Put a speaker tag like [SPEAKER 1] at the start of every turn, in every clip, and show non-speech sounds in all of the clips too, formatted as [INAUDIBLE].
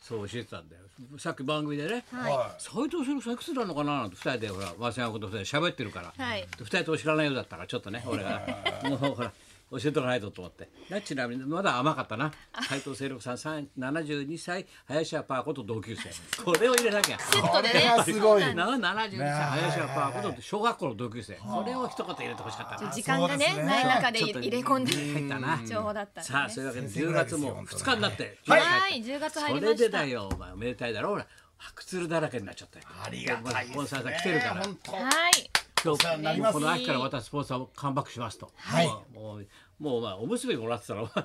[SPEAKER 1] そう教えてたんだよさっき番組でね
[SPEAKER 2] は
[SPEAKER 1] 斎藤俊さんいくつなのかななんて2人でほら早稲田ことで喋ってるから、
[SPEAKER 3] はい
[SPEAKER 1] で2人とも知らないようだったからちょっとね俺が [LAUGHS] もうほら教えておかないとと思ってなちなみにまだ甘かったな斎藤清六さんさん72歳林家パーこと同級
[SPEAKER 3] [LAUGHS]
[SPEAKER 1] 生これを入れなきゃ
[SPEAKER 3] セットで
[SPEAKER 2] これ
[SPEAKER 3] ね
[SPEAKER 2] はすごい
[SPEAKER 3] そうなんで
[SPEAKER 1] な72歳林家パーこと小学校の同級生これを一言入れてほしかったな
[SPEAKER 3] す時間がね
[SPEAKER 2] そうですね
[SPEAKER 3] ない中で
[SPEAKER 1] ちょっと
[SPEAKER 3] 入れ込んで
[SPEAKER 1] 入ったな
[SPEAKER 3] 情報だったんでね
[SPEAKER 1] さあそういうわけで
[SPEAKER 2] 先生
[SPEAKER 1] 10
[SPEAKER 2] ぐらいで
[SPEAKER 1] 月
[SPEAKER 2] すよ
[SPEAKER 1] も2日になって
[SPEAKER 3] は
[SPEAKER 1] 10
[SPEAKER 3] い10月
[SPEAKER 1] そ
[SPEAKER 3] 入りま
[SPEAKER 1] れで
[SPEAKER 3] した
[SPEAKER 1] だよお前おめでたいだろほら白鶴だらけになっちゃったよ
[SPEAKER 2] ありがたいですね。
[SPEAKER 1] スポンサーさん来てるから
[SPEAKER 2] 本当
[SPEAKER 3] はい
[SPEAKER 1] 今
[SPEAKER 2] 世話になりま
[SPEAKER 1] 日
[SPEAKER 2] す
[SPEAKER 1] この秋からまたスポンサーをカムバックしますと
[SPEAKER 2] はい
[SPEAKER 1] もうもうもうまあおむすびもらってたらお前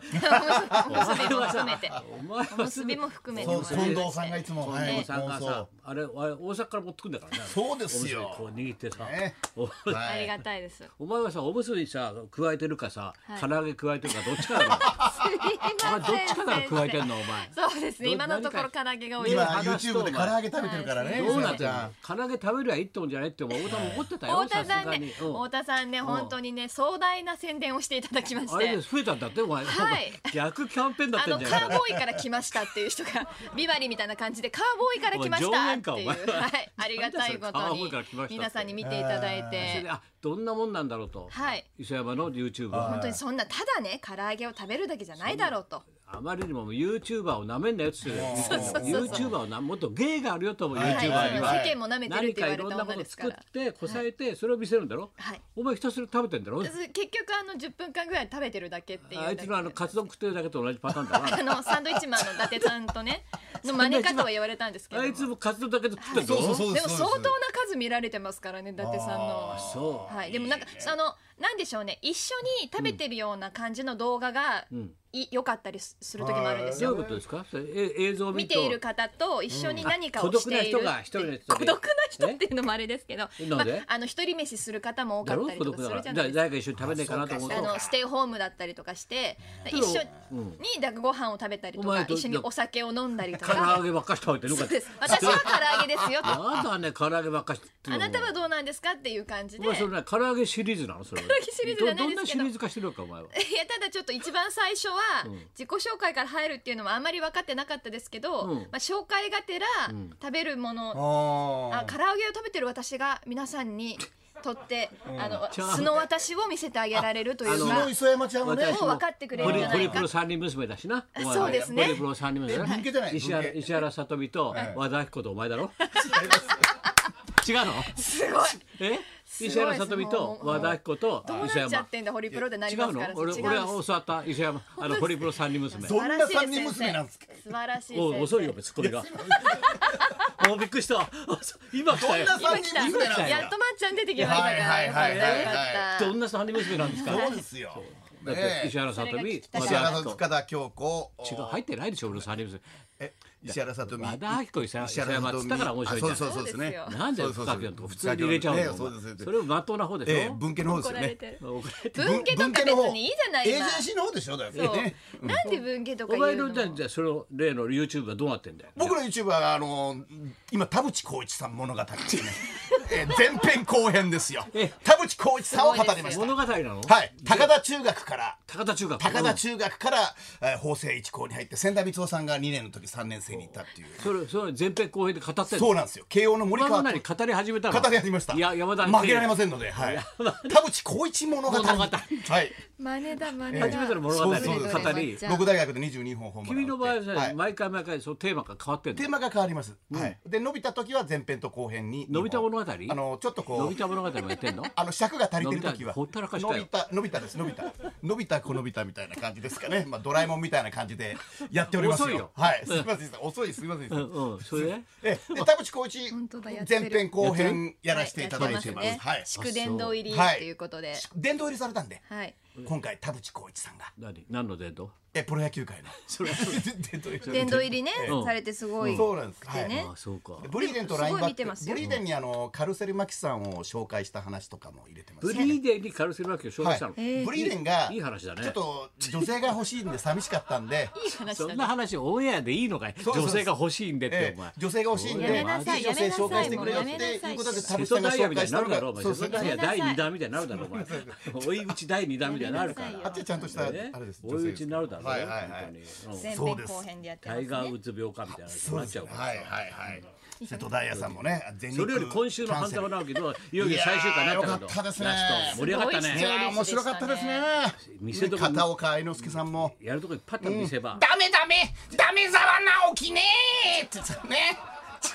[SPEAKER 3] おむすびも含めて
[SPEAKER 1] お前
[SPEAKER 3] おむすびも含めて
[SPEAKER 2] そう
[SPEAKER 3] もら
[SPEAKER 2] 近藤さんがいつも、は
[SPEAKER 1] お
[SPEAKER 2] い、
[SPEAKER 1] 父さんが
[SPEAKER 2] 妄想
[SPEAKER 1] さあれあれ大阪から持ってくんだからね
[SPEAKER 2] そうですよ
[SPEAKER 1] おむすびこう握ってさ
[SPEAKER 2] ね
[SPEAKER 1] お
[SPEAKER 2] は
[SPEAKER 3] あり
[SPEAKER 2] い、
[SPEAKER 3] がたいです
[SPEAKER 1] お前はさおむすびさ加えてるかさ
[SPEAKER 3] はい
[SPEAKER 1] 唐揚げ加えてるかどっちかだろお前
[SPEAKER 3] [LAUGHS]
[SPEAKER 1] どっちかから加えてんのお前
[SPEAKER 3] そうですね
[SPEAKER 1] ど
[SPEAKER 3] 今のところ唐揚げが多い
[SPEAKER 2] 今
[SPEAKER 3] です
[SPEAKER 1] 話すと
[SPEAKER 2] YouTube で唐揚げ食べてるからね、
[SPEAKER 1] どうなっ
[SPEAKER 2] ち
[SPEAKER 1] てんの
[SPEAKER 2] ゃん。
[SPEAKER 1] 唐揚げ食べりゃいいってもんじゃないってお前太田も怒ってたよ
[SPEAKER 3] 太
[SPEAKER 1] さす
[SPEAKER 3] 田さん
[SPEAKER 1] が
[SPEAKER 3] ね
[SPEAKER 1] にうん
[SPEAKER 3] 太田さんね本当にね壮大な宣伝をしていただきまし
[SPEAKER 1] あれ
[SPEAKER 3] て
[SPEAKER 1] で増えたんだってお前
[SPEAKER 3] はい
[SPEAKER 1] 逆キャンペーンだっ
[SPEAKER 3] あ
[SPEAKER 1] て
[SPEAKER 3] の
[SPEAKER 1] ん
[SPEAKER 3] カ
[SPEAKER 1] じゃない
[SPEAKER 3] ーボーイから来ましたっていう
[SPEAKER 1] [LAUGHS]
[SPEAKER 3] 人がビバリーみたいな感じでカーボーイから来ましたって
[SPEAKER 1] お
[SPEAKER 3] い、
[SPEAKER 1] いう上
[SPEAKER 3] は
[SPEAKER 1] 下お前
[SPEAKER 3] い、ありがたいこ
[SPEAKER 1] [LAUGHS] なんだそれカ
[SPEAKER 3] と
[SPEAKER 1] ーボーイから来ましたっ
[SPEAKER 3] に
[SPEAKER 1] て
[SPEAKER 3] 皆さんに見ていただい
[SPEAKER 1] それで
[SPEAKER 3] て。
[SPEAKER 1] あどんなもんなんだろうと、
[SPEAKER 3] はい
[SPEAKER 1] 磯山の YouTube は
[SPEAKER 3] 本当にそんなただね唐揚げを食べるだけじゃないだろうと
[SPEAKER 1] あまりにも YouTuber をなめんなよっつってね
[SPEAKER 2] そうそうそう
[SPEAKER 1] YouTuber をなもっと芸があるよと思う
[SPEAKER 2] はい
[SPEAKER 1] YouTuber
[SPEAKER 3] はい、
[SPEAKER 1] に
[SPEAKER 3] 世
[SPEAKER 1] は、
[SPEAKER 2] はい
[SPEAKER 3] 間も舐めてるっ
[SPEAKER 1] 何
[SPEAKER 3] て
[SPEAKER 1] か
[SPEAKER 3] 言
[SPEAKER 1] い
[SPEAKER 3] われ
[SPEAKER 1] ろん
[SPEAKER 3] た
[SPEAKER 1] な
[SPEAKER 3] 女
[SPEAKER 1] こと
[SPEAKER 3] ですか
[SPEAKER 1] 作っ
[SPEAKER 3] ら
[SPEAKER 1] てこさえてそれを見せるんだろ、
[SPEAKER 3] はい
[SPEAKER 1] お前ひたすら食べてんだろ
[SPEAKER 3] 結局あの10分間ぐらい食べてるだけっていう
[SPEAKER 1] あいつのあのカツ丼食ってるだけと同じパターンだな
[SPEAKER 3] あのサンドイッチマンの伊達さん
[SPEAKER 1] [LAUGHS]
[SPEAKER 3] とねの真似方は言われたんですけど
[SPEAKER 1] あいつもカツ丼だけ食ってんだろ
[SPEAKER 2] そうそうそう
[SPEAKER 3] でも
[SPEAKER 2] す
[SPEAKER 3] 相当な数見られてますからね伊達さんの
[SPEAKER 2] あー
[SPEAKER 1] そう
[SPEAKER 3] はい、でもなんかそのなんでしょうね一緒に食べてるような感じの動画が
[SPEAKER 1] ん
[SPEAKER 3] い良かったりすする時もあるんです
[SPEAKER 1] どうい
[SPEAKER 3] よ
[SPEAKER 1] うことですかそれえ映像を見
[SPEAKER 3] 見
[SPEAKER 1] と
[SPEAKER 3] ている方と一緒に何か
[SPEAKER 1] あ
[SPEAKER 3] をしている
[SPEAKER 1] 孤独な人が一人の人で
[SPEAKER 3] [LAUGHS] 孤独な人っていうのもあれですけど
[SPEAKER 1] え
[SPEAKER 3] ま
[SPEAKER 1] な
[SPEAKER 3] あ
[SPEAKER 1] んで、
[SPEAKER 3] あの一人飯する方も多
[SPEAKER 1] だ
[SPEAKER 3] かっ
[SPEAKER 1] ろ
[SPEAKER 3] たり
[SPEAKER 1] 孤
[SPEAKER 3] と
[SPEAKER 1] 独
[SPEAKER 3] か
[SPEAKER 1] だ
[SPEAKER 3] す
[SPEAKER 1] か
[SPEAKER 3] る
[SPEAKER 1] ら
[SPEAKER 3] じ
[SPEAKER 1] じ
[SPEAKER 3] ゃ
[SPEAKER 1] ゃ
[SPEAKER 3] ない
[SPEAKER 1] あ
[SPEAKER 3] ですか
[SPEAKER 1] 誰か一緒に食べないかなと思うと
[SPEAKER 3] あのステイホームだったりとかして
[SPEAKER 1] け
[SPEAKER 3] 一
[SPEAKER 1] ど
[SPEAKER 3] 緒
[SPEAKER 1] うん
[SPEAKER 3] にだからご飯を食べたりと
[SPEAKER 1] お
[SPEAKER 3] か
[SPEAKER 1] 前と
[SPEAKER 3] 一緒にお酒を飲んだりと
[SPEAKER 1] 唐
[SPEAKER 3] か
[SPEAKER 1] 揚げばっかし食べてる
[SPEAKER 3] そ
[SPEAKER 1] か
[SPEAKER 3] うです私は唐揚げです
[SPEAKER 1] [LAUGHS]
[SPEAKER 3] よと
[SPEAKER 1] やだね唐揚げばっかしって
[SPEAKER 3] あなたはどうなんですかっていう感じで
[SPEAKER 1] お前それね唐揚げシリーズなのそれ唐揚
[SPEAKER 3] げシリーズじゃないですけど
[SPEAKER 1] どんなシリーズ化してるのかお前はい
[SPEAKER 3] やただちょっと一番最初は自己紹介から入るっていうのもあんまり分かってなかったですけど、
[SPEAKER 1] うん
[SPEAKER 3] まあ、紹介がてら食べるもの、あ
[SPEAKER 2] あ
[SPEAKER 3] 唐揚げを食べてる私が皆さんにとって、あの
[SPEAKER 1] ちゃう
[SPEAKER 3] 素の私を見せてあげられるとい
[SPEAKER 2] あ、
[SPEAKER 3] う
[SPEAKER 2] そ
[SPEAKER 3] か
[SPEAKER 2] の磯山ちゃんもね、
[SPEAKER 3] もう分かってくれるんじゃないか
[SPEAKER 1] ホリプロ三人娘だしなお前は
[SPEAKER 3] そうですね
[SPEAKER 1] ホリプロ三人娘だ
[SPEAKER 2] え文系じゃない
[SPEAKER 1] 石原
[SPEAKER 2] 文系
[SPEAKER 1] 石原さとみと
[SPEAKER 2] はい
[SPEAKER 1] 和田アキ子とお前だ
[SPEAKER 2] [LAUGHS]
[SPEAKER 1] ろ違うの
[SPEAKER 3] すごい
[SPEAKER 1] え
[SPEAKER 3] ごい
[SPEAKER 1] 石原さとみと和田アキ子と
[SPEAKER 3] どう
[SPEAKER 1] 石
[SPEAKER 3] なっちゃ
[SPEAKER 1] 山
[SPEAKER 3] ってんだホリプロでな
[SPEAKER 1] 違
[SPEAKER 3] りま
[SPEAKER 1] う
[SPEAKER 3] す
[SPEAKER 1] の
[SPEAKER 3] から
[SPEAKER 1] 俺
[SPEAKER 3] 違うんです
[SPEAKER 1] 俺は教わった石山あのホリプロ三人娘
[SPEAKER 2] どんな
[SPEAKER 3] 素晴ら
[SPEAKER 2] 三
[SPEAKER 3] しい
[SPEAKER 2] 人娘なんですか。
[SPEAKER 3] 素晴らしい先生
[SPEAKER 1] お遅いよツッコミ
[SPEAKER 3] [LAUGHS]
[SPEAKER 1] がもうびっくりした今来たよ
[SPEAKER 2] どんな
[SPEAKER 3] 今来た
[SPEAKER 2] 三人娘なんだ
[SPEAKER 3] やっとまっちゃん出てきましたから
[SPEAKER 2] はい
[SPEAKER 3] よかった
[SPEAKER 2] はいはいはい
[SPEAKER 3] よかった
[SPEAKER 1] どんな三人娘なんですか
[SPEAKER 2] そうですよ。
[SPEAKER 1] だっ
[SPEAKER 2] ね
[SPEAKER 1] て
[SPEAKER 2] え
[SPEAKER 1] 石原さとみ
[SPEAKER 3] それが
[SPEAKER 1] 和
[SPEAKER 3] 聞きた
[SPEAKER 2] 石
[SPEAKER 1] 田
[SPEAKER 2] 原
[SPEAKER 1] ア
[SPEAKER 2] さ
[SPEAKER 1] キ
[SPEAKER 2] と
[SPEAKER 1] 子
[SPEAKER 2] 塚田京子。
[SPEAKER 1] 違う入ってないでしょ俺の三人娘
[SPEAKER 2] え、石原さとみ。
[SPEAKER 1] 和田アキ子石原
[SPEAKER 2] 石原さ
[SPEAKER 1] っ
[SPEAKER 2] と
[SPEAKER 1] つっ
[SPEAKER 2] み。
[SPEAKER 1] たから面白いじゃ
[SPEAKER 2] あ
[SPEAKER 1] ん
[SPEAKER 2] そうそうそうですね
[SPEAKER 3] そうです。
[SPEAKER 1] なんで
[SPEAKER 2] そうそうそう
[SPEAKER 1] 深くやんとこ普通に入れちゃうの、
[SPEAKER 2] ねそうです
[SPEAKER 1] それをまっとうな方でしょ、
[SPEAKER 2] ええ文系の方で
[SPEAKER 3] 怒
[SPEAKER 2] すよ
[SPEAKER 3] られ
[SPEAKER 2] ね
[SPEAKER 3] て。る
[SPEAKER 1] お
[SPEAKER 3] 文系とか別にいいじゃない
[SPEAKER 2] エージ
[SPEAKER 3] 今
[SPEAKER 2] ェンシーの方でしょだよ
[SPEAKER 3] そう
[SPEAKER 2] ね。
[SPEAKER 3] なんで文系とか言
[SPEAKER 1] 前
[SPEAKER 3] うの
[SPEAKER 1] のじゃあじゃあその例の YouTube はどうなってんだよ
[SPEAKER 2] 僕の YouTube はあの今田淵光一さん物語です
[SPEAKER 3] [LAUGHS]
[SPEAKER 2] ね。え前編後編ですよ
[SPEAKER 1] え。
[SPEAKER 2] 田淵光一さんを語りまし
[SPEAKER 3] す
[SPEAKER 2] た。
[SPEAKER 1] 物語なの、
[SPEAKER 2] はい。高田中学から。
[SPEAKER 1] 高田中学
[SPEAKER 2] 高田中学から、えー法政一高に入って千田光夫さんが2年の時3年生に行ったっていう
[SPEAKER 1] それそれ前編後編で語ってんの
[SPEAKER 2] そうなんですよ慶応の森
[SPEAKER 1] 俺
[SPEAKER 2] 川
[SPEAKER 1] は
[SPEAKER 2] と
[SPEAKER 1] 何語り始めたの
[SPEAKER 2] 語り始めました
[SPEAKER 1] いや山田
[SPEAKER 2] 負けられま
[SPEAKER 1] ん
[SPEAKER 2] せんので、はい、田淵光一物語
[SPEAKER 1] 物語
[SPEAKER 2] はい
[SPEAKER 3] 真似だ真似だ
[SPEAKER 1] 初めての物語の
[SPEAKER 2] そうです
[SPEAKER 1] 語り
[SPEAKER 3] じゃあ
[SPEAKER 2] 六大学で22本ホームラン
[SPEAKER 1] 君の場合はさ、
[SPEAKER 2] はい
[SPEAKER 1] 毎回毎回そのテーマが変わってん
[SPEAKER 2] テー
[SPEAKER 1] の
[SPEAKER 2] マが変わります、はい、で伸びた時は前編と後編に
[SPEAKER 1] のび太物語
[SPEAKER 2] あのちょっと
[SPEAKER 1] の
[SPEAKER 2] こ
[SPEAKER 1] び
[SPEAKER 2] う
[SPEAKER 1] 太物語もやってんの
[SPEAKER 2] あの尺が足りてる時は
[SPEAKER 1] のび太ほったらかしたよ
[SPEAKER 2] のび太のび太ですのび太のび太このび太みたいな感じですかねまあドラえもんみたいな感じでやっておりますよ
[SPEAKER 1] 遅いよ
[SPEAKER 2] はいすみません遅いすみません、
[SPEAKER 1] うんうんそれで
[SPEAKER 2] ええ、で田淵光一
[SPEAKER 3] 本当だやってる
[SPEAKER 2] 前編後編やらせていただいてます。
[SPEAKER 3] は
[SPEAKER 2] はいい。
[SPEAKER 3] 祝殿堂入り
[SPEAKER 2] はい
[SPEAKER 3] ということで
[SPEAKER 2] 殿堂入りされたんで、
[SPEAKER 3] はい
[SPEAKER 2] 今回田淵光一さんが
[SPEAKER 1] 何何の伝統
[SPEAKER 2] えプロ野球界の [LAUGHS] 殿堂入り
[SPEAKER 3] 殿堂入りね
[SPEAKER 1] うん
[SPEAKER 3] されてすごい
[SPEAKER 2] そうなんです。は
[SPEAKER 3] でね
[SPEAKER 2] い。
[SPEAKER 1] ああそうか
[SPEAKER 2] ブリーデンとライン
[SPEAKER 3] す
[SPEAKER 2] バ
[SPEAKER 3] ごい見てま
[SPEAKER 2] ッ
[SPEAKER 3] す
[SPEAKER 2] ク。
[SPEAKER 3] よ
[SPEAKER 2] ブリーデンにあのカルセルマキさんを紹介した話とかも入れてます。
[SPEAKER 1] ブリーデンにカルセルマキを紹介したの、
[SPEAKER 2] はい。ブリーデンが
[SPEAKER 1] いい話だね
[SPEAKER 2] ちょっと女性が欲しいんで寂しかったんで。
[SPEAKER 3] いい話
[SPEAKER 1] そ
[SPEAKER 3] だ
[SPEAKER 1] ん
[SPEAKER 3] ね
[SPEAKER 1] な話オンエアでいいのかい
[SPEAKER 2] そうそう
[SPEAKER 1] 女性が欲しいんでって
[SPEAKER 2] え
[SPEAKER 1] お
[SPEAKER 2] え
[SPEAKER 1] 前、
[SPEAKER 2] 女性が欲しいんで、
[SPEAKER 3] やめなさい
[SPEAKER 2] ぜひ女性紹介してくれよって
[SPEAKER 3] やめなさい
[SPEAKER 2] いうことで、田
[SPEAKER 1] 瀬
[SPEAKER 2] 淵
[SPEAKER 1] 戸
[SPEAKER 2] さんが
[SPEAKER 1] 大也み
[SPEAKER 2] 紹
[SPEAKER 1] たい
[SPEAKER 2] 介し
[SPEAKER 1] に
[SPEAKER 2] た
[SPEAKER 1] な
[SPEAKER 2] の
[SPEAKER 1] るだろ
[SPEAKER 2] が
[SPEAKER 1] お、前瀬
[SPEAKER 2] そうそ
[SPEAKER 1] 戸
[SPEAKER 2] う
[SPEAKER 1] [LAUGHS] 大也
[SPEAKER 2] そう
[SPEAKER 1] 第二弾みたいになるだろお前追い打ち第二弾みたいになるから
[SPEAKER 3] やめなさいよ
[SPEAKER 2] あっちはちゃんとしたあれです。
[SPEAKER 1] 追い打ちになるだろったよ、
[SPEAKER 2] はいはいはい
[SPEAKER 1] 本当に、うん
[SPEAKER 3] 前
[SPEAKER 2] そう
[SPEAKER 3] 編
[SPEAKER 2] です
[SPEAKER 3] 後編でやってま
[SPEAKER 1] タ
[SPEAKER 3] す
[SPEAKER 1] イ
[SPEAKER 3] ね
[SPEAKER 1] ガーウッズ病かみたいなことになっちゃうから
[SPEAKER 2] はいはいはい。瀬戸大也さんもね、全日
[SPEAKER 1] それより今週の半沢直樹どういよいよ最終回になったけど
[SPEAKER 2] いやーよかったですね
[SPEAKER 1] ラスト盛り上がった
[SPEAKER 2] い
[SPEAKER 3] すご
[SPEAKER 1] ね
[SPEAKER 3] い
[SPEAKER 2] やー面白かったですね。
[SPEAKER 1] 見せどころ
[SPEAKER 2] 片岡愛之助さんも。
[SPEAKER 1] やるとこいっぱいあった見せ場、
[SPEAKER 2] ダメダメダメ沢直樹ねーって言ってたね。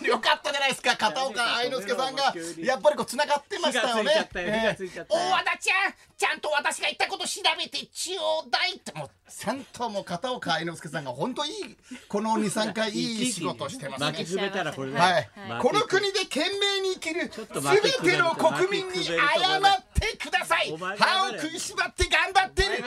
[SPEAKER 2] よかったじゃないですか片岡愛之助さんがやっぱりこう繋がってましたよね
[SPEAKER 1] 火がついちゃったよ火がついちゃったよ
[SPEAKER 2] ええ大和田ちゃんちゃんと私が言ったこと調べてちょうだいってもうちゃんともう片岡愛之助さんが本当いいこの23回いい仕事してます
[SPEAKER 1] 巻き
[SPEAKER 2] ね
[SPEAKER 1] 詰めたらこれだよ
[SPEAKER 2] はい
[SPEAKER 1] 巻、き
[SPEAKER 2] この国で懸命に生きる
[SPEAKER 1] っと巻き
[SPEAKER 2] す
[SPEAKER 1] くべ
[SPEAKER 2] べ
[SPEAKER 1] る
[SPEAKER 2] ての国民に謝ってください
[SPEAKER 1] お前が謝れ
[SPEAKER 2] 歯を食いしばって頑張ってる謝れ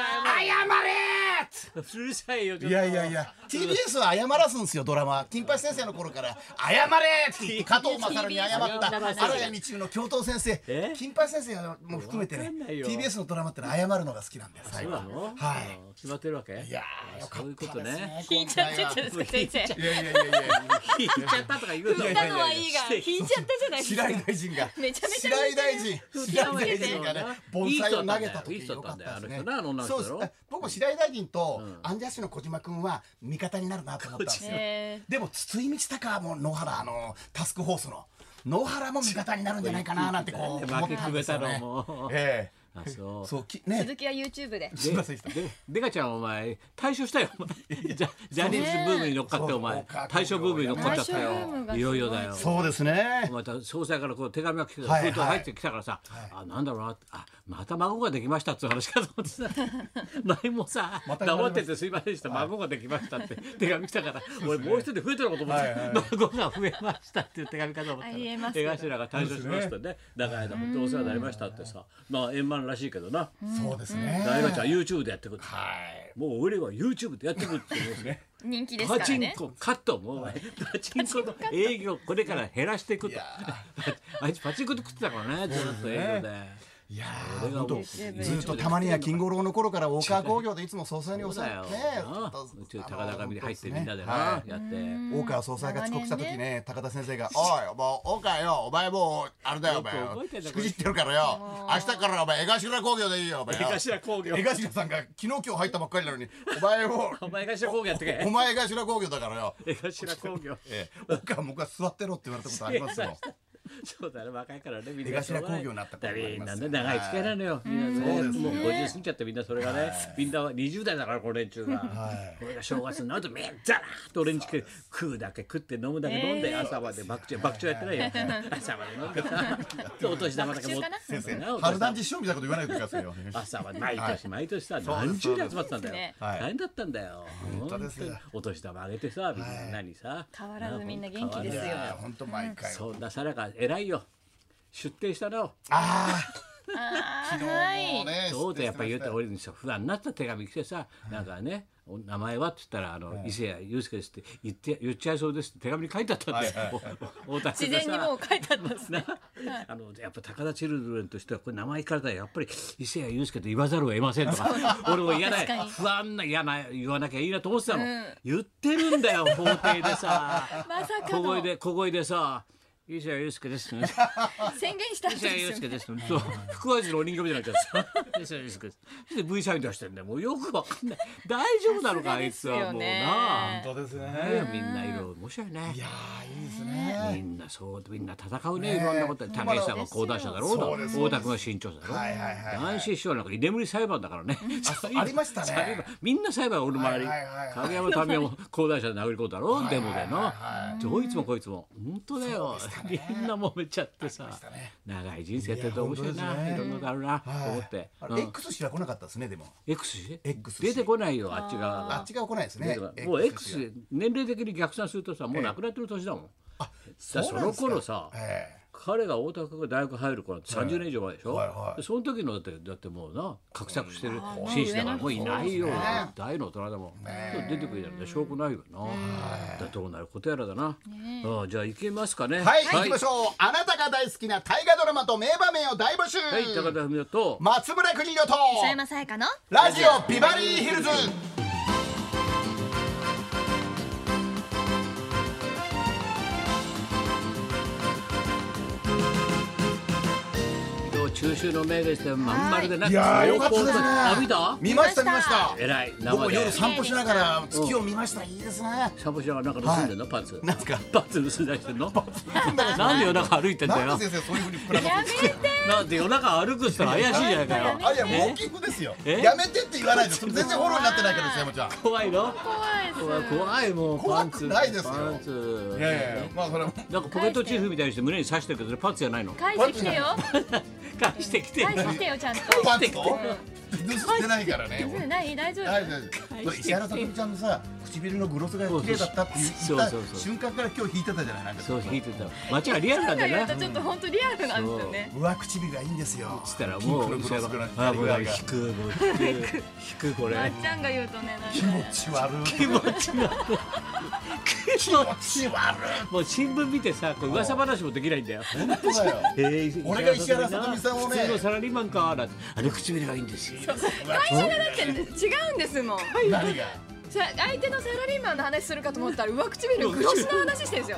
[SPEAKER 1] [LAUGHS] うるさいよちょっと
[SPEAKER 2] いやいやいや TBS は謝らすんですよドラマ金八先生の頃から「謝れ!」って言って加藤勝に謝った荒谷道夫の教頭先
[SPEAKER 1] え
[SPEAKER 2] 生金八先生も含めて
[SPEAKER 1] わ
[SPEAKER 2] ね
[SPEAKER 1] かんないよ
[SPEAKER 2] TBS のドラマってのは謝るのが好きなんだよ最
[SPEAKER 1] そう
[SPEAKER 2] 後
[SPEAKER 1] なの、
[SPEAKER 2] はい
[SPEAKER 1] うん決まってるわけ
[SPEAKER 2] いやーよか
[SPEAKER 1] そういうこ
[SPEAKER 2] っ
[SPEAKER 1] と
[SPEAKER 2] たです
[SPEAKER 1] ね
[SPEAKER 2] ね
[SPEAKER 3] 引いちゃってた
[SPEAKER 2] 今
[SPEAKER 3] じゃない
[SPEAKER 2] 回は
[SPEAKER 3] ですか先生
[SPEAKER 2] いや
[SPEAKER 1] 引い
[SPEAKER 2] いやいやいや
[SPEAKER 1] ちゃったとか言うの
[SPEAKER 3] 引いたのはいいが引いちゃったじゃないです
[SPEAKER 2] 白
[SPEAKER 3] か
[SPEAKER 2] 井大臣が
[SPEAKER 3] めちゃめちゃ
[SPEAKER 2] 白井大臣白井大臣がね盆栽を投げた
[SPEAKER 1] いい
[SPEAKER 2] 時
[SPEAKER 1] 人だ
[SPEAKER 2] よ
[SPEAKER 1] ったん
[SPEAKER 2] かっ
[SPEAKER 1] だよ
[SPEAKER 2] たです
[SPEAKER 1] あの
[SPEAKER 2] ね
[SPEAKER 1] 人なあの女の人
[SPEAKER 2] そう
[SPEAKER 1] だろ
[SPEAKER 2] ですえ僕白井大臣とアンジャッシュの小島君は味方になるなと思ったんですよ
[SPEAKER 3] へ
[SPEAKER 2] でも筒井道隆も野原あのタスクフォースの野原も味方になるんじゃないかななんてこう
[SPEAKER 1] 負
[SPEAKER 2] 思っ
[SPEAKER 1] け
[SPEAKER 2] た
[SPEAKER 1] く
[SPEAKER 2] んで
[SPEAKER 1] べ
[SPEAKER 2] すよ
[SPEAKER 1] たの
[SPEAKER 2] ね
[SPEAKER 1] もう
[SPEAKER 2] え
[SPEAKER 1] あそ
[SPEAKER 2] え
[SPEAKER 1] う
[SPEAKER 2] そうき
[SPEAKER 3] ー
[SPEAKER 2] ね
[SPEAKER 3] 続きは YouTube で
[SPEAKER 2] いませんでした
[SPEAKER 1] ででかちゃんお前退所
[SPEAKER 2] [LAUGHS]
[SPEAKER 1] したよお前ジャジャニーズブームに乗っかってお前
[SPEAKER 2] そうか
[SPEAKER 1] 退所ブームに乗っかっちゃった
[SPEAKER 3] 退所ブームがす
[SPEAKER 1] よ
[SPEAKER 3] ごい
[SPEAKER 1] いよいよだよ
[SPEAKER 2] そうですね
[SPEAKER 1] また総裁からこう手紙が来て
[SPEAKER 2] はい
[SPEAKER 1] 封筒入ってきたからさ、あなんだろうなあまた孫ができましたっていう話かと思ってさ前もさ
[SPEAKER 2] また言われ
[SPEAKER 1] 黙っ
[SPEAKER 2] まして
[SPEAKER 1] てすいませんでした、孫ができましたって手紙来たから、俺もう一人増えてること思って、
[SPEAKER 2] はいはい
[SPEAKER 1] 孫が増えましたっていう手紙かと思った
[SPEAKER 3] ありえ
[SPEAKER 1] ら
[SPEAKER 3] ますけ
[SPEAKER 1] 手
[SPEAKER 3] ど
[SPEAKER 1] 頭が退場しましたね長い間本当お世話になりましたってさまあ円満らしいけどな
[SPEAKER 2] そうですね
[SPEAKER 1] 大ちゃん YouTube でやってくる
[SPEAKER 2] はい
[SPEAKER 1] もう俺は YouTube でやってくるって言うんですね
[SPEAKER 3] 人気ですか
[SPEAKER 1] パ
[SPEAKER 3] ら
[SPEAKER 1] チン
[SPEAKER 3] ね
[SPEAKER 1] コカットもうパチンコの営業これから減らしていくと
[SPEAKER 2] や
[SPEAKER 1] [LAUGHS] あいつパチンコで食ってたからねずっと営業で
[SPEAKER 2] いや
[SPEAKER 1] 俺
[SPEAKER 2] ー
[SPEAKER 1] がも
[SPEAKER 2] 本
[SPEAKER 1] う
[SPEAKER 2] 当ずっ
[SPEAKER 1] YouTube
[SPEAKER 2] と
[SPEAKER 1] で
[SPEAKER 2] たまには金五郎の頃
[SPEAKER 1] [LAUGHS]
[SPEAKER 2] から大川工業でいつも総裁にお世話になってね
[SPEAKER 1] な
[SPEAKER 2] ずっと
[SPEAKER 1] うちの高田上に入ってみんなで
[SPEAKER 2] は
[SPEAKER 1] ないやって
[SPEAKER 2] 大川総裁が遅刻した時ね高田先生が「おいもう大川よお前もうあれだよお前
[SPEAKER 1] よく覚えてんだ
[SPEAKER 2] しくじってるからよ明日からお前江頭工業でいいよお前よ」
[SPEAKER 1] 江頭工業
[SPEAKER 2] 江頭さんが昨日今日入ったばっかりなのにお前も
[SPEAKER 1] お前頭 [LAUGHS] 工業やってけ
[SPEAKER 2] お前江頭工業だからよ
[SPEAKER 1] 江頭工業
[SPEAKER 2] ええ大川僕は座ってろって言われたことありますよ
[SPEAKER 1] そうだね若いからねみん
[SPEAKER 2] 江
[SPEAKER 1] な
[SPEAKER 2] 頭工業になったこともあり
[SPEAKER 1] みん
[SPEAKER 2] ま
[SPEAKER 1] な
[SPEAKER 2] す
[SPEAKER 1] ね長い付き合いなのよみんなね
[SPEAKER 2] そうです
[SPEAKER 1] も
[SPEAKER 2] ね
[SPEAKER 1] う50過ぎちゃってみんなそれがねみんなは20代だからこの連中がこれが正月になるとみんなザラーッと俺んち来て食うだけ食って飲むだけ飲んで朝まで爆笑爆笑やってないよ朝まで飲んでさお年玉だけ持って
[SPEAKER 2] 先
[SPEAKER 1] [LAUGHS]
[SPEAKER 2] 生
[SPEAKER 1] なお年玉
[SPEAKER 2] 春団地師匠みたいなこと言わないでくださいよ
[SPEAKER 1] 朝は毎年毎年さ
[SPEAKER 2] うです
[SPEAKER 1] 何十人集まってたんだよ
[SPEAKER 2] はい
[SPEAKER 1] 大変だったんだよ
[SPEAKER 2] 本当ですよ
[SPEAKER 1] 本当にお年玉あげてさみんなにさ
[SPEAKER 3] 変わらずみんな元気ですよ
[SPEAKER 1] 変わらず
[SPEAKER 2] 本当毎回
[SPEAKER 1] そんなさらか偉いよ出廷したの
[SPEAKER 2] ああ
[SPEAKER 3] あー
[SPEAKER 2] 昨日
[SPEAKER 3] は
[SPEAKER 2] も
[SPEAKER 3] い
[SPEAKER 2] ね
[SPEAKER 1] そうとやっぱ言うたら俺にさ不安になった手紙来てさなんかねお名前はって言ったらあの伊勢谷友介ですって言って言っちゃいそうですって手紙に書いてあったんだよおお太田
[SPEAKER 3] 自
[SPEAKER 1] 君が
[SPEAKER 3] 然にも
[SPEAKER 1] さ
[SPEAKER 3] う書いてあったんです
[SPEAKER 1] なあのやっぱ高田チルドレンとしてはこれ名前からだよやっぱり伊勢谷友介と言わざるを得ませんとか俺も嫌な
[SPEAKER 3] 確かに
[SPEAKER 1] 不安な嫌な言わなきゃいいなと思ってたの、言ってるん [LAUGHS] だよ法廷でさ
[SPEAKER 3] まさか
[SPEAKER 1] 小声
[SPEAKER 3] の
[SPEAKER 1] で小声でさ伊勢谷友介 [LAUGHS] ですね
[SPEAKER 3] 宣言したんで
[SPEAKER 1] 医
[SPEAKER 3] す
[SPEAKER 1] 者
[SPEAKER 3] よ
[SPEAKER 1] 祐介
[SPEAKER 3] ね
[SPEAKER 1] です。そう、福和寺のお人形みたいになっちゃってさ。医者祐介です。で、V サイン出してんだよ。もうよくわかんない。大丈夫なのか、あいつはもうな。
[SPEAKER 2] 本当ですね
[SPEAKER 1] ねみんないろいろ面白いね
[SPEAKER 2] い。やーいいですね
[SPEAKER 1] みんなそう、みんな戦うね、い
[SPEAKER 2] ね
[SPEAKER 1] ろんなことで。
[SPEAKER 2] ま
[SPEAKER 1] 高
[SPEAKER 2] あ
[SPEAKER 1] 橋さんが高段者だろうだ。
[SPEAKER 2] そうです
[SPEAKER 1] 大田君が身長者だろう。
[SPEAKER 2] はいはいはいはい
[SPEAKER 1] 男子師匠なんか居眠り裁判だからね。そういう
[SPEAKER 2] ありましたね
[SPEAKER 1] [LAUGHS] 裁判みんな裁判、俺の周り
[SPEAKER 2] はいはいはいは。い
[SPEAKER 1] 影山民生も高段者で殴り込んだろう、デモでの。どいつもこいつも。本当だよ。みんな揉めちゃってさ。長い人生やってて面白い
[SPEAKER 2] いや本
[SPEAKER 1] な。
[SPEAKER 2] 当ですね
[SPEAKER 1] いろんなことあるな。と思って。
[SPEAKER 2] あれ X 氏は来なかったですねでも
[SPEAKER 1] X 氏
[SPEAKER 2] X
[SPEAKER 1] 出てこないよ、あっち側が
[SPEAKER 2] あ。っち側来ないですね
[SPEAKER 1] もう
[SPEAKER 2] X 氏
[SPEAKER 1] X 年齢的に逆算するとさもう亡くなってる年だもん、だからその頃さ、
[SPEAKER 2] ええ
[SPEAKER 1] 彼が大田区が大学入る頃って30年以上前でしょ、
[SPEAKER 2] はいはい
[SPEAKER 1] でその時のだってだってもうな画策してる紳士だからもういないよ、大の大人だもん、出てくるじゃん証拠ないよな、だどうなることやらだな、ああじゃあ行けますかね
[SPEAKER 2] はい、行きましょうあなたが大好きな大河ドラマと名場面を大募集、
[SPEAKER 1] はい高田文夫と
[SPEAKER 2] 松村邦洋と
[SPEAKER 3] 磯山さやかの
[SPEAKER 2] ラジオビバリーヒルズ
[SPEAKER 1] 伊藤中秋の名月でまん丸でなく
[SPEAKER 2] いやーよかったですね
[SPEAKER 1] 浴びた
[SPEAKER 2] 見ました見ました
[SPEAKER 1] えらい
[SPEAKER 2] 僕
[SPEAKER 1] 生
[SPEAKER 2] も
[SPEAKER 1] で
[SPEAKER 2] 夜散歩しながら月を見ました、いいですね
[SPEAKER 1] シャボシャボなんか盗んでんの、パンツ
[SPEAKER 2] なんすか
[SPEAKER 1] パンツ盗んだりしてんのなんで夜中歩いてんだ
[SPEAKER 2] なん
[SPEAKER 1] よ
[SPEAKER 2] で先生そういうふうに膨らま
[SPEAKER 3] や
[SPEAKER 2] せ
[SPEAKER 3] めて
[SPEAKER 1] なんで夜中歩くっつったら怪しいじゃないかよ
[SPEAKER 2] あいやウォーキングですよ
[SPEAKER 1] え
[SPEAKER 2] やめてって言わないで全然フォローになってないからです山ちゃん
[SPEAKER 1] 怖いの
[SPEAKER 3] 怖い
[SPEAKER 1] 怖い怖いもうパ
[SPEAKER 2] 怖
[SPEAKER 1] ン
[SPEAKER 2] く
[SPEAKER 1] ツ
[SPEAKER 2] ないですよ
[SPEAKER 1] パンツ
[SPEAKER 2] いやいやまあそれも
[SPEAKER 1] なんかポケットチーフみたいにして胸に刺してるけどそれパンツじゃないの
[SPEAKER 3] 返してきてよ
[SPEAKER 1] 返してきて
[SPEAKER 3] 返してきてよちゃんと
[SPEAKER 2] パンツと盗んでないからね
[SPEAKER 3] うん何大丈夫
[SPEAKER 2] 大丈夫石原さとみちゃんのさ唇のグロスが綺麗だったって
[SPEAKER 1] そ
[SPEAKER 2] 言
[SPEAKER 1] う
[SPEAKER 2] った
[SPEAKER 1] そうそう
[SPEAKER 2] 瞬間から今日引いてたじゃないなんか
[SPEAKER 1] そう引いてた街はリアルなん
[SPEAKER 3] が
[SPEAKER 1] だ
[SPEAKER 3] 言
[SPEAKER 1] よ
[SPEAKER 3] うとちょっと
[SPEAKER 1] な
[SPEAKER 3] 本当リアルなんですよね
[SPEAKER 2] 上唇がいいんですよ
[SPEAKER 1] そしたらも
[SPEAKER 2] ピ
[SPEAKER 1] う
[SPEAKER 2] ンクのグロスが
[SPEAKER 1] あもう
[SPEAKER 2] 左側が
[SPEAKER 1] 引くもう引く引くこれ
[SPEAKER 3] まっちゃんが言うとね
[SPEAKER 2] 気
[SPEAKER 3] なん
[SPEAKER 2] 持
[SPEAKER 3] か
[SPEAKER 2] ち悪い
[SPEAKER 1] 気持ち悪い気持ち
[SPEAKER 2] 気持ち悪
[SPEAKER 1] もう新聞見てさこう噂話もできないんだよ
[SPEAKER 2] い本当だよ
[SPEAKER 1] えー
[SPEAKER 2] 俺が石原さとみさんをね
[SPEAKER 1] 普通のサラリーマンかなんてあの唇がいいんですよ
[SPEAKER 3] 会社がだって違うんですもん
[SPEAKER 2] 何が
[SPEAKER 3] さ相手のサラリーマンの話するかと思ったら上唇グロスの話してるんですよ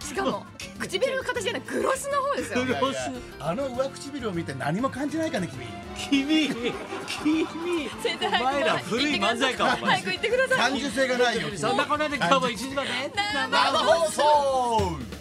[SPEAKER 3] しかも唇の形じゃないグロスの方ですよ
[SPEAKER 1] グロス
[SPEAKER 2] あの上唇を見て何も感じないかね君
[SPEAKER 1] 君君
[SPEAKER 3] 先生
[SPEAKER 1] お前ら古い漫才かお前
[SPEAKER 3] 早く言ってください
[SPEAKER 2] 感受性がないよ君
[SPEAKER 1] そんなこんなで今日も一時まで
[SPEAKER 3] 生
[SPEAKER 2] 生放送